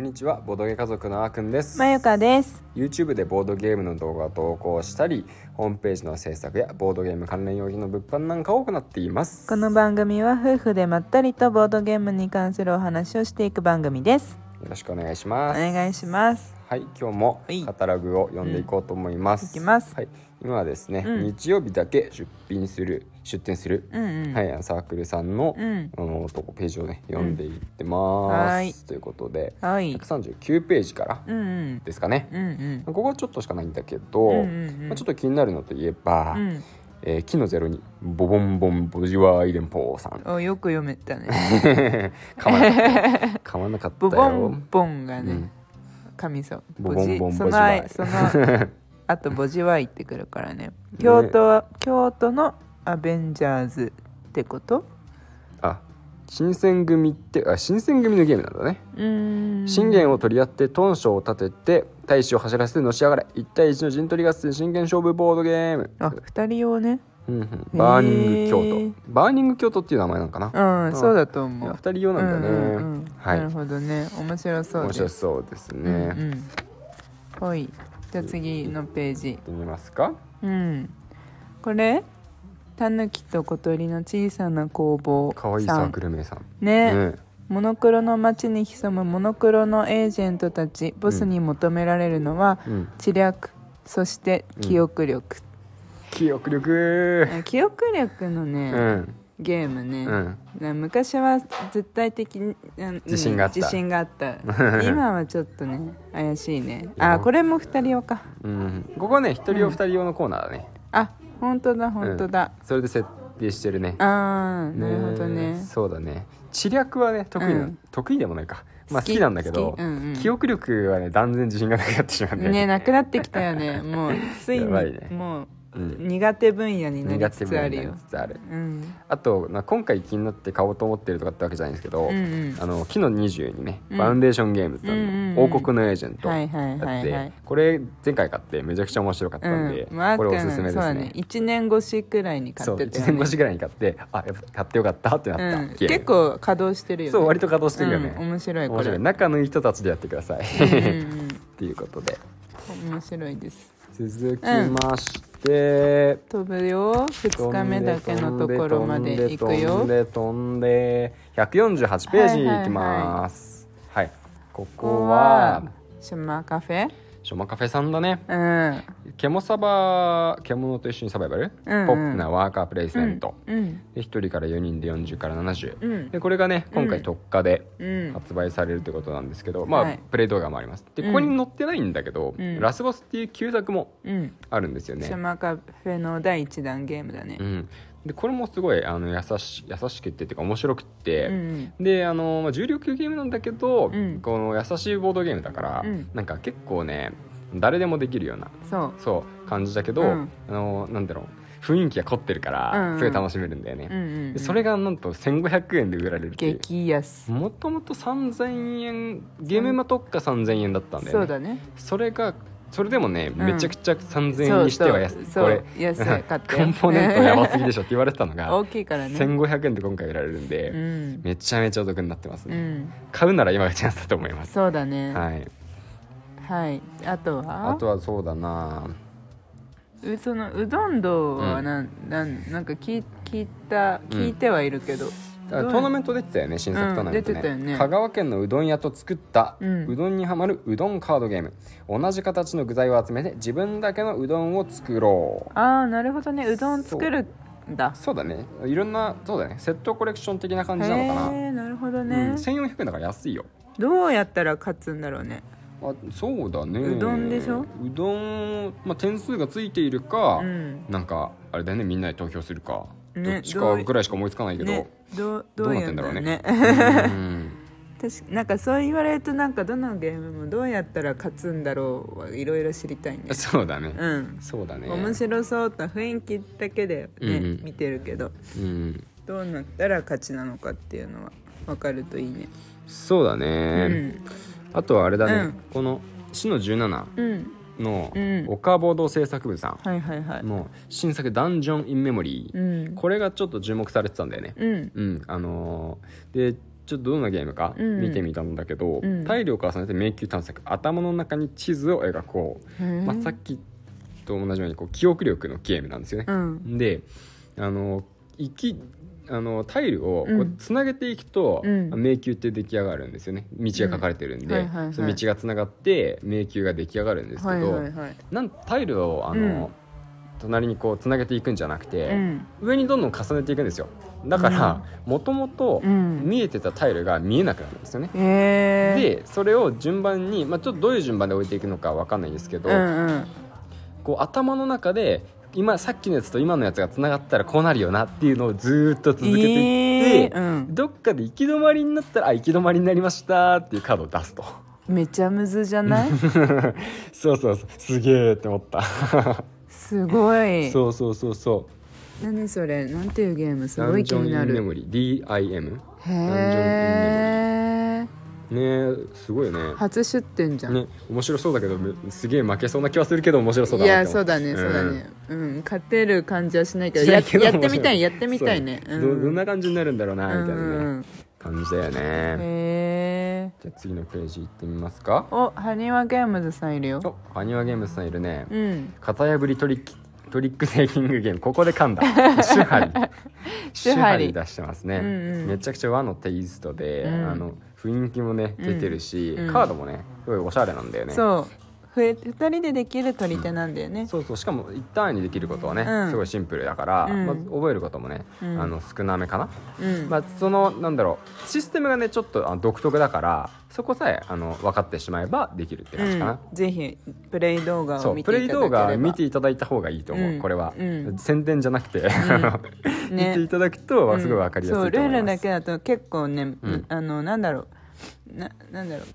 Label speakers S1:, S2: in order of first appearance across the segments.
S1: にちはボードゲ家族のあーくんです
S2: まゆかです
S1: YouTube でボードゲームの動画を投稿したりホームページの制作やボードゲーム関連用品の物販なんかを行っています
S2: この番組は夫婦でまったりとボードゲームに関するお話をしていく番組です
S1: よろしくお願いし
S2: お
S1: ます
S2: 願いします
S1: はい今日も
S2: はい
S1: カタログを読んでいこうと思います、
S2: うんいきます
S1: はい、今はですね、
S2: うん
S1: 日曜日だけ出品する出店する、
S2: うんうん
S1: はいあのサークルさんの、
S2: うん
S1: あのとこページをね読んでいってます、
S2: うんはい
S1: ということで
S2: はい
S1: 139ページから
S2: うんうん
S1: ですかね、
S2: うんうん
S1: ここはちょっとしかないんだけど、
S2: うんうんうん
S1: まあ、ちょっと気になるのといえば、
S2: うん
S1: えー、木のゼロにボボンボンボジュワイ連邦さ ん
S2: およく読めたね
S1: 噛まなかった噛まなかった
S2: ボ
S1: よ
S2: ボンボンが
S1: う
S2: ね
S1: ん
S2: 噛みそう
S1: ボボンボン
S2: そ
S1: ボジ
S2: の
S1: ワイ
S2: あ そのあとボジワイってくるからね京都は京都のアベンジャーズってこと
S1: あ新選組ってあ新選組のゲームなんだね
S2: うーん
S1: 信玄を取り合って屯所を立てて大使を走らせてのし上がれ一対一の陣取り合戦信玄勝負ボードゲーム
S2: あ二人用ね
S1: うんうんバーニング
S2: へ
S1: 京
S2: ー
S1: 都バーニング京都っていう名前なんかな
S2: うんそうだと
S1: い
S2: 思
S1: や
S2: う
S1: 二人用なんだね、
S2: うんうんうん
S1: はい
S2: なるほどね面白そう
S1: 面
S2: です
S1: 白そうですね、
S2: う
S1: 行っ
S2: んうん、ほいじゃあ次のページ
S1: てみますか
S2: うんこれタヌキと小鳥の小さな工房
S1: 可愛いサ
S2: さ
S1: ー
S2: ん
S1: クル名さん
S2: ね
S1: ね
S2: モノクロの街に潜むモノクロのエージェントたちボスに求められるのは、
S1: うん
S2: 知略そして記憶力、
S1: 記憶力
S2: あ記憶力のね、
S1: うん
S2: ゲームね、
S1: うん
S2: な昔は絶対的にあの
S1: 自信があった
S2: 自信があった 今はちょっとね怪しいね
S1: いや
S2: あこれも2人用か
S1: うんここね一人用二人用のコーナーだね
S2: あ本当だ本当だ、
S1: それで設定してるね
S2: ああなるほどね
S1: そうだね知略はね得意
S2: う
S1: なん得意でもないかまあ好
S2: 好き
S1: きなんだけど
S2: 好きうんうん
S1: 記憶力はね断然自信がなくなってしまうんだよ
S2: ねなくなってきたよねもうついに
S1: やばいね
S2: もう
S1: うん
S2: 苦手分野にな
S1: 苦
S2: り
S1: 手分
S2: つつ
S1: 野
S2: あ
S1: に
S2: る
S1: なり
S2: よ
S1: つつある
S2: うん
S1: あとな今回気になって買おうと思ってるとかってわけじゃないんですけど
S2: うんうん
S1: あの木の20にね
S2: うん
S1: ファウンデーションゲームズさ
S2: うんうん
S1: ん
S2: う
S1: の
S2: ん
S1: 王国のエージェント
S2: はいはい
S1: だ
S2: は
S1: っ
S2: いはい
S1: てこれ前回買ってめちゃくちゃ面白かったんで
S2: うんまあ
S1: これおすすめ
S2: そう
S1: です
S2: だ
S1: ね
S2: ね1年越しくらいに買
S1: そう
S2: って
S1: 1
S2: たよ
S1: 年
S2: ね
S1: 越しぐらいに買ってあやっぱ買ってよかったってなった、
S2: うん
S1: ゲーム
S2: 結構稼働してるよね
S1: そう割と稼働してるよね、
S2: うん面白いこ
S1: 面白
S2: れ
S1: い仲のいい人たちでやってください
S2: うんう
S1: っ
S2: ん
S1: ていうことで
S2: うん面白いです
S1: 続きまして、
S2: 飛ぶよ2日目だけのところまで行く
S1: 飛
S2: よ
S1: んで飛んで飛んで148ページいきますはいここは
S2: 島カフェ
S1: ショマカフェさんだね
S2: うん
S1: ケモサバ獣と一緒にサバイバル、
S2: うんうん
S1: ポップなワーカープレイスメント、
S2: うん
S1: で1人から4人で40から70、
S2: うん
S1: でこれがね今
S2: う
S1: 回
S2: ん
S1: 特化で
S2: うん
S1: 発売されるということなんですけど、まあ、
S2: はい
S1: プレイ動画もありますで
S2: うん
S1: ここに載ってないんだけど、
S2: うん
S1: ラスボスっていう旧作も
S2: うん
S1: あるんですよね、
S2: 島カフェの第一弾ゲームだね
S1: うん、でこれもすごいあの優し優しくてっていうか面白くって、
S2: うん
S1: であのまあ重量級ゲームなんだけど、
S2: うん
S1: この優しいボードゲームだから、
S2: うん
S1: なんか結構ね誰でもできるような
S2: そう
S1: そう感じだけど、
S2: うん
S1: あのなんだろう雰囲気が凝ってるから、
S2: うんうん
S1: すごい楽しめるんだよね、
S2: うんうんうん
S1: でそれがなんと1500円で売られるっていう
S2: 激安
S1: もともと3000円ゲームマ特価3000円だったんだよ
S2: そ
S1: ね
S2: うだね
S1: それがそれでもね、
S2: うん
S1: めちゃくちゃ3000
S2: そ
S1: 円
S2: う
S1: にしては安い
S2: そう
S1: これ
S2: そう 安い買って
S1: コンポーネントやばすぎでしょって言われてたのが
S2: 大きいからね
S1: 1500円で今回売られるんで、
S2: うん
S1: めちゃめちゃお得になってます
S2: う
S1: ね、
S2: ん
S1: 買うなら今がチャンスだと思います、
S2: そうだね
S1: はい
S2: はいあとは
S1: あとはそうだな
S2: うそのうどん道はなん,、なんなんか聞い聞いた聞いてはいるけど、
S1: だからトーナメント出てたよね新作トーナメント
S2: う
S1: ね,、
S2: ん出てたよね
S1: 香川県のうどん屋と作った、
S2: う
S1: うんどんにはまるうどんカードゲーム同じ形の具材を集めて自分だけのうどんを作ろう
S2: ああなるほどねうどん作るんだ
S1: そうだねいろんなそうだねセットコレクション的な感じなのかな、
S2: へえなるほど
S1: うん、
S2: ね、
S1: 1400円だから安いよ
S2: どうやったら勝つんだろうね
S1: あそうだね
S2: うどんでしょ
S1: うどん、まあ、点数がついているか、
S2: うん
S1: なんかあれだよねみんなで投票するか、
S2: ね
S1: どっちかぐらいしか思いつかないけど
S2: ねどう
S1: ど
S2: ど
S1: う
S2: う
S1: なっ
S2: や
S1: て
S2: っ
S1: ん
S2: た
S1: だろ
S2: ら
S1: うね
S2: ね
S1: うん
S2: 確かなんかそう言われるとなんかどのゲームもどうやったら勝つんだろうはいろいろ知りたいね
S1: そうだね、
S2: うん
S1: そうだね
S2: 面白そうと雰囲気だけでね、
S1: うんうん
S2: 見てるけど
S1: うん、
S2: どうなったら勝ちなのかっていうのは分かるといいね
S1: そうだ
S2: う
S1: ね、
S2: ん
S1: あとはあれだね、
S2: うん
S1: この市の17
S2: うん
S1: の
S2: うん
S1: 岡ボード製作部さ
S2: はいはいはい
S1: んの新作「ダンジョン・イン・メモリー
S2: う」ん
S1: これがちょっと注目されてたんだよね
S2: うん
S1: うん、あのーでちょっとどんなゲームか
S2: うん
S1: 見てみたんだけど、
S2: うん
S1: 体力を重ねて迷宮探索頭の中に地図を描こう、まあ、さっきと同じようにこう記憶力のゲームなんですよね
S2: う、ん
S1: であのいきあのタイルをこ
S2: う
S1: うんつなげていくと、
S2: うん
S1: 迷宮って出来上がるんですよね道が書かれてるんで、
S2: うんはいはいはい
S1: その道がつながって迷宮が出来上がるんですけ
S2: はい
S1: ど、
S2: はいはい
S1: なんタイルをあの、
S2: うん
S1: 隣にこうつなげていくんじゃなくて、
S2: うん
S1: 上にどんどん重ねていくんですよだからもともと
S2: うん
S1: 見えてたタイルが見えなくなるんですよね、
S2: えー、
S1: でそれを順番に、まあ、ちょっとどういう順番で置いていくのかわかんないですけど、
S2: うんうん
S1: こう頭の中で今さっきのやつと今のやつがつながったらこうなるよなっていうのをずーっと続けていって、
S2: えーうん、
S1: どっかで行き止まりになったらあ行き止まりになりましたっていうカードを出すと
S2: めちゃむずじゃない
S1: そうそうそうすげえって思った
S2: すご い
S1: そうそうそうそう
S2: 何それなんていうゲームす
S1: ダ
S2: ご
S1: ン
S2: い
S1: ジ
S2: 気
S1: ョン
S2: に
S1: イ
S2: な
S1: ンメ
S2: る
S1: モリー DIM
S2: へえ
S1: ねえすごいよね
S2: 初出店じゃん、
S1: ね面白そうだけどむすげえ負けそうな気はするけど面白そうだ
S2: い
S1: なっ
S2: や
S1: て思
S2: そう
S1: った
S2: だねそうだねうん、勝てる感じはしないけど
S1: しな
S2: や
S1: いけど
S2: やってみたいやって
S1: うん
S2: みたいね
S1: そううんどどんな感じになるんだろうなみたいなね、
S2: うんうん
S1: 感じだよ
S2: う
S1: ね
S2: ん、へえ
S1: じゃあ次のページ行ってみますか
S2: おハニワゲームズさんいるよ
S1: おハニワゲームズさんいるね、
S2: うん
S1: 型破りトリックトリックテイキングゲームここで噛んだ手張り
S2: 手張り
S1: 出してますね、
S2: うんうん
S1: めちゃくちゃ和のテイストで、
S2: うん
S1: あの雰囲気もね出てるし、
S2: うん
S1: カードもねすごいおしゃれなんだよね
S2: そうふえ二人でできる取り手なんだよね、
S1: そうそうしかも一単位にできることはね、
S2: うん
S1: すごいシンプルだから、
S2: うん
S1: まず覚えることもね、
S2: うん
S1: あの少なめかな、
S2: うん
S1: まあ、そのなんだろうシステムがねちょっとあの独特だからそこさえあの分かってしまえばできるって感じかな、
S2: うん、ぜひプレイ動画
S1: そ
S2: を
S1: う
S2: 見
S1: プ
S2: て
S1: レ
S2: い
S1: イ
S2: ただけれ
S1: 動
S2: ば
S1: 画見ていただいた方がいいと思う、
S2: うん
S1: これは、
S2: うん
S1: 宣伝じゃなくて、見
S2: ね
S1: ていただくとすごい分かりやす
S2: そ
S1: いうと
S2: ル
S1: 思
S2: ー
S1: い
S2: ル
S1: ま
S2: だ
S1: す、
S2: けだと結構ね、
S1: うん
S2: あのなんだろうななんだろう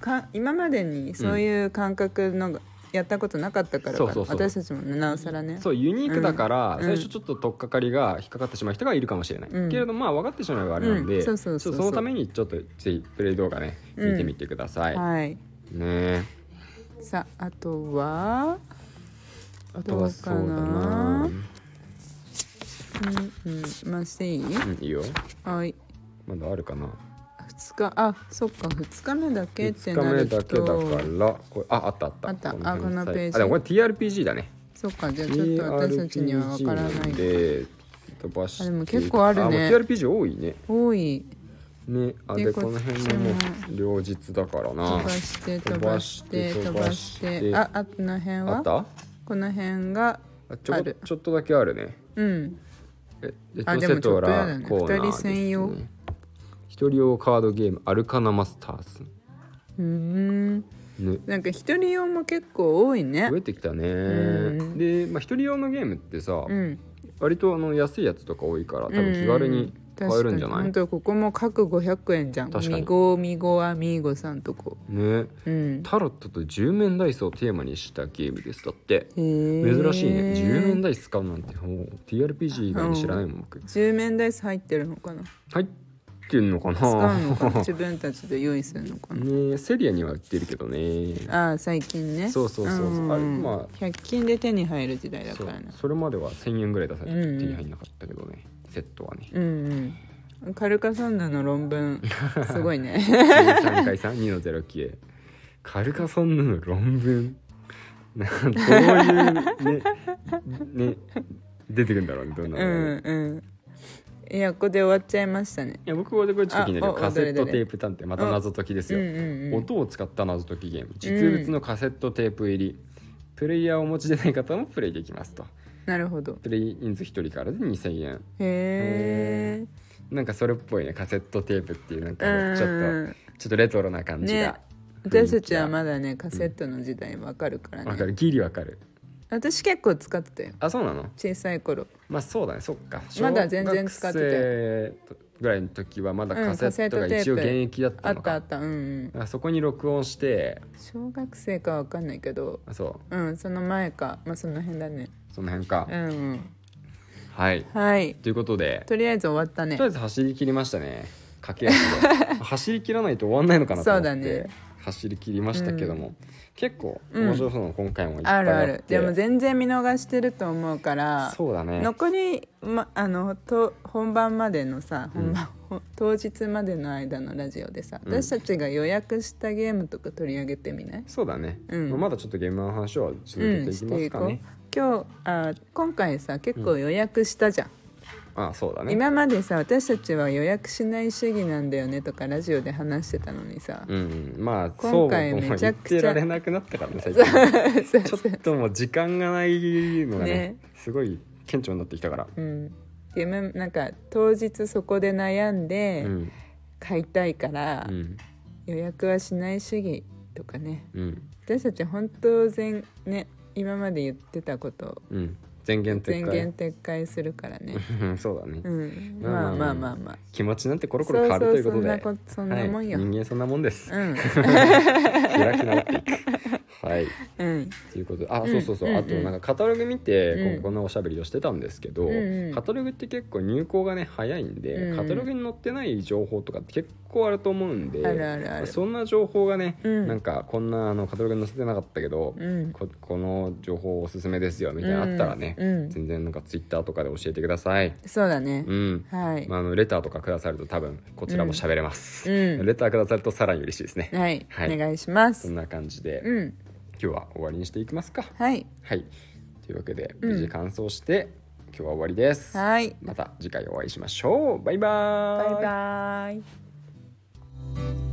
S2: か今までにそういう感覚のが、やったことなかったからか
S1: そうそうそう
S2: 私たちもねなおさらね
S1: そうユニークだから、
S2: うん
S1: 最初ちょっと取っかかりが引っかかってしまう人がいるかもしれない、
S2: うん
S1: けれどまあ分かってしまえばあれなんで、
S2: うんそうそう
S1: ち
S2: そ
S1: ょっ
S2: うそ
S1: と
S2: う
S1: そのためにちょっとぜひプレイ動画ね
S2: うん
S1: 見てみてください、
S2: はい
S1: ねえ
S2: さああとは
S1: あとはそうだな
S2: どうかなうんうんまあしていい
S1: うんいいよ
S2: はい
S1: まだあるかな
S2: 2日あそっか2日目だけって
S1: 2日
S2: な
S1: 目
S2: ると
S1: だけだからこれああったあった
S2: あった
S1: の
S2: あこのページ
S1: あでもこれ TRPG だね
S2: そっかじゃあちょっと私たちにはわからな
S1: TRPG ん
S2: い
S1: で飛ばして
S2: あでも結構あるね
S1: あもう TRPG 多いね
S2: 多い
S1: ねあで
S2: で
S1: こ
S2: こっち
S1: の
S2: も
S1: 辺ももう両日だからな
S2: 飛ばして飛ばして飛
S1: 飛
S2: ば
S1: ば
S2: し
S1: して
S2: てああこの辺
S1: あ
S2: は
S1: った
S2: この辺が
S1: あちょこ
S2: ある
S1: ちょっとだけあるね
S2: うん
S1: えレ
S2: あ
S1: ト
S2: で
S1: セ
S2: もち
S1: ト
S2: ょっとやだ
S1: ラ
S2: ね
S1: コーナーです、
S2: 二人専用
S1: ね、一人用カードゲームアルカナマスターズ
S2: うーん
S1: ね
S2: なんか一人用も結構多いね
S1: 増えてきたね
S2: うん
S1: で、まあ、一人用のゲームってさ、
S2: うん
S1: 割とあの安いやつとか多いから多分気軽に買えるんじゃない、
S2: 本当ここも各500円じゃん
S1: 確かに
S2: みごみごあみごさんとこ
S1: ね
S2: うん
S1: タロットと十面ダイスをテーマにしたゲームですだって
S2: へー
S1: 珍しいね十面ダイス使うなんてもう TRPG 以外に知らないもん僕
S2: 十面ダイス入ってるのかな
S1: 入ってんのかな
S2: 使うのかな自分たちで用意するのか な
S1: ねセリアには売ってるけどね
S2: ああ最近ね
S1: そうそうそうそうんあれまあ
S2: 100均で手に入る時代だ
S1: そ
S2: か
S1: う
S2: らな
S1: それまでは1000円ぐらい出さない
S2: うんうん
S1: と手に入んなかったけどね、セットはね
S2: うんうんカルカソンヌの論文 すごいね
S1: 3回3 2の09へカルカソンヌの論文なんどういう ねね出てくるんだろうねどんな
S2: う
S1: のがね、
S2: んうんいやここで終わっちゃいましたね
S1: いや僕はこれちょっと気にな
S2: あ
S1: る
S2: お
S1: カセット
S2: どれど
S1: テ
S2: れ
S1: ープ探偵また謎解きです
S2: うん
S1: よ、
S2: うんうん
S1: 音を使った謎解きゲーム実物のカセットテープ入り、プレイヤーをお持ちでない方もプレイできますと
S2: なるほど
S1: プレイ人数1人からで2000円
S2: へえ
S1: なんかそれっぽいねカセットテープっていうなんか
S2: うん
S1: ねちょっと、
S2: うん
S1: ちょっとレトロな感じが、
S2: 私たちはまだねカセットの時代わかるから
S1: わ
S2: ね
S1: かるギリわかる
S2: 私結構使ってたよ
S1: あそうなの
S2: 小さい頃
S1: まあそうだねそっか
S2: まだ全然使ってた
S1: 小
S2: よ
S1: 学生ぐらいの時はまだ
S2: うん
S1: カセットが
S2: カセットテープ
S1: 一応現役だった
S2: あ
S1: の
S2: ったあ
S1: か
S2: ったうんうん
S1: あそこに録音して
S2: 小学生かわかんないけど
S1: あそ
S2: うんその前かまあその辺だね
S1: うその辺か、
S2: うんうん
S1: はい
S2: はい
S1: ということで
S2: とりあえず終わったね
S1: とりあえず走り切りましたね駆け足で走り切らないと終わんないのかなと思
S2: そ
S1: っ
S2: う
S1: て
S2: だね
S1: 走り切りましたけども、
S2: う
S1: 結構面白そうなの今回もいっぱい
S2: ある
S1: あ
S2: あ
S1: って、
S2: るでも全然見逃してると思うから
S1: そうだね
S2: 残り、ま、あのと本番までのさ本番、ほ当日までの間のラジオでさ
S1: うん
S2: 私たちが予約したゲームとか取り上げてみない、
S1: そうだね、
S2: うん
S1: まあまだちょっと現場の話は続
S2: う
S1: け
S2: ん
S1: ていきますかね、
S2: 今日あ今回さ結構予約したじゃん、
S1: ああそうだね
S2: 今までさ私たちは予約しない主義なんだよねとかラジオで話してたのにさ、
S1: うんうん、まあそう
S2: 今
S1: も
S2: 回
S1: 言
S2: め
S1: っ
S2: ちゃくち
S1: てら
S2: ゃ
S1: れなくなったからね最近
S2: そう
S1: ちょ
S2: そう
S1: っともう時間がないのがね
S2: ね
S1: すごい顕著になってきたから、
S2: うんでまなんか当日そこで悩んで
S1: うん
S2: 買いたいから、
S1: うん
S2: 予約はしない主義とかね
S1: うん
S2: 私たち本当全ね今まで言ってたこと
S1: うん全言撤
S2: 全
S1: 回
S2: 言撤回するからね、
S1: うん そうだね、
S2: うん、
S1: まあ
S2: まあま
S1: まあ
S2: あまあまあ
S1: 気持ちなんてコロコ
S2: そ
S1: ロ
S2: う
S1: 変
S2: そ
S1: わ
S2: う
S1: るというこ
S2: そ
S1: と
S2: ん
S1: で
S2: なこそんなもんよ、
S1: はい、人間そんなもんです
S2: うん
S1: 開き直っていくはい
S2: うん
S1: ということであ、
S2: うん
S1: そうそうそう、
S2: うん
S1: あとなんかカタログ見て、
S2: うん
S1: こうこんなおしゃべりをしてたんですけど、
S2: うんうん
S1: カタログって結構入稿がね早いんで、
S2: うんうん
S1: カタログに載ってない情報とかって結構あると思うんで
S2: あるあるある
S1: そんな情報がね、
S2: うん
S1: なんかこんなあのカタログに載せてなかったけど、
S2: うん
S1: ここの情報おすすめですよみたいなのあったらね、
S2: うんうん
S1: 全然なんかツイッターとかで教えてください。
S2: そうだね
S1: う、ん
S2: はい、
S1: まあ、あのレターとかくださると多分こちらも喋れます、
S2: うんうん
S1: レターくださるとさらに嬉しいですね、
S2: はい、
S1: はい
S2: お願いしま
S1: そ
S2: す
S1: んな感じで、
S2: うん
S1: 今日は終わりにしていきますか
S2: はい
S1: はいというわけで
S2: うん
S1: 無事完走して、今日は終わりです
S2: はい
S1: また次回お会いしましょうバイバー
S2: バイバイ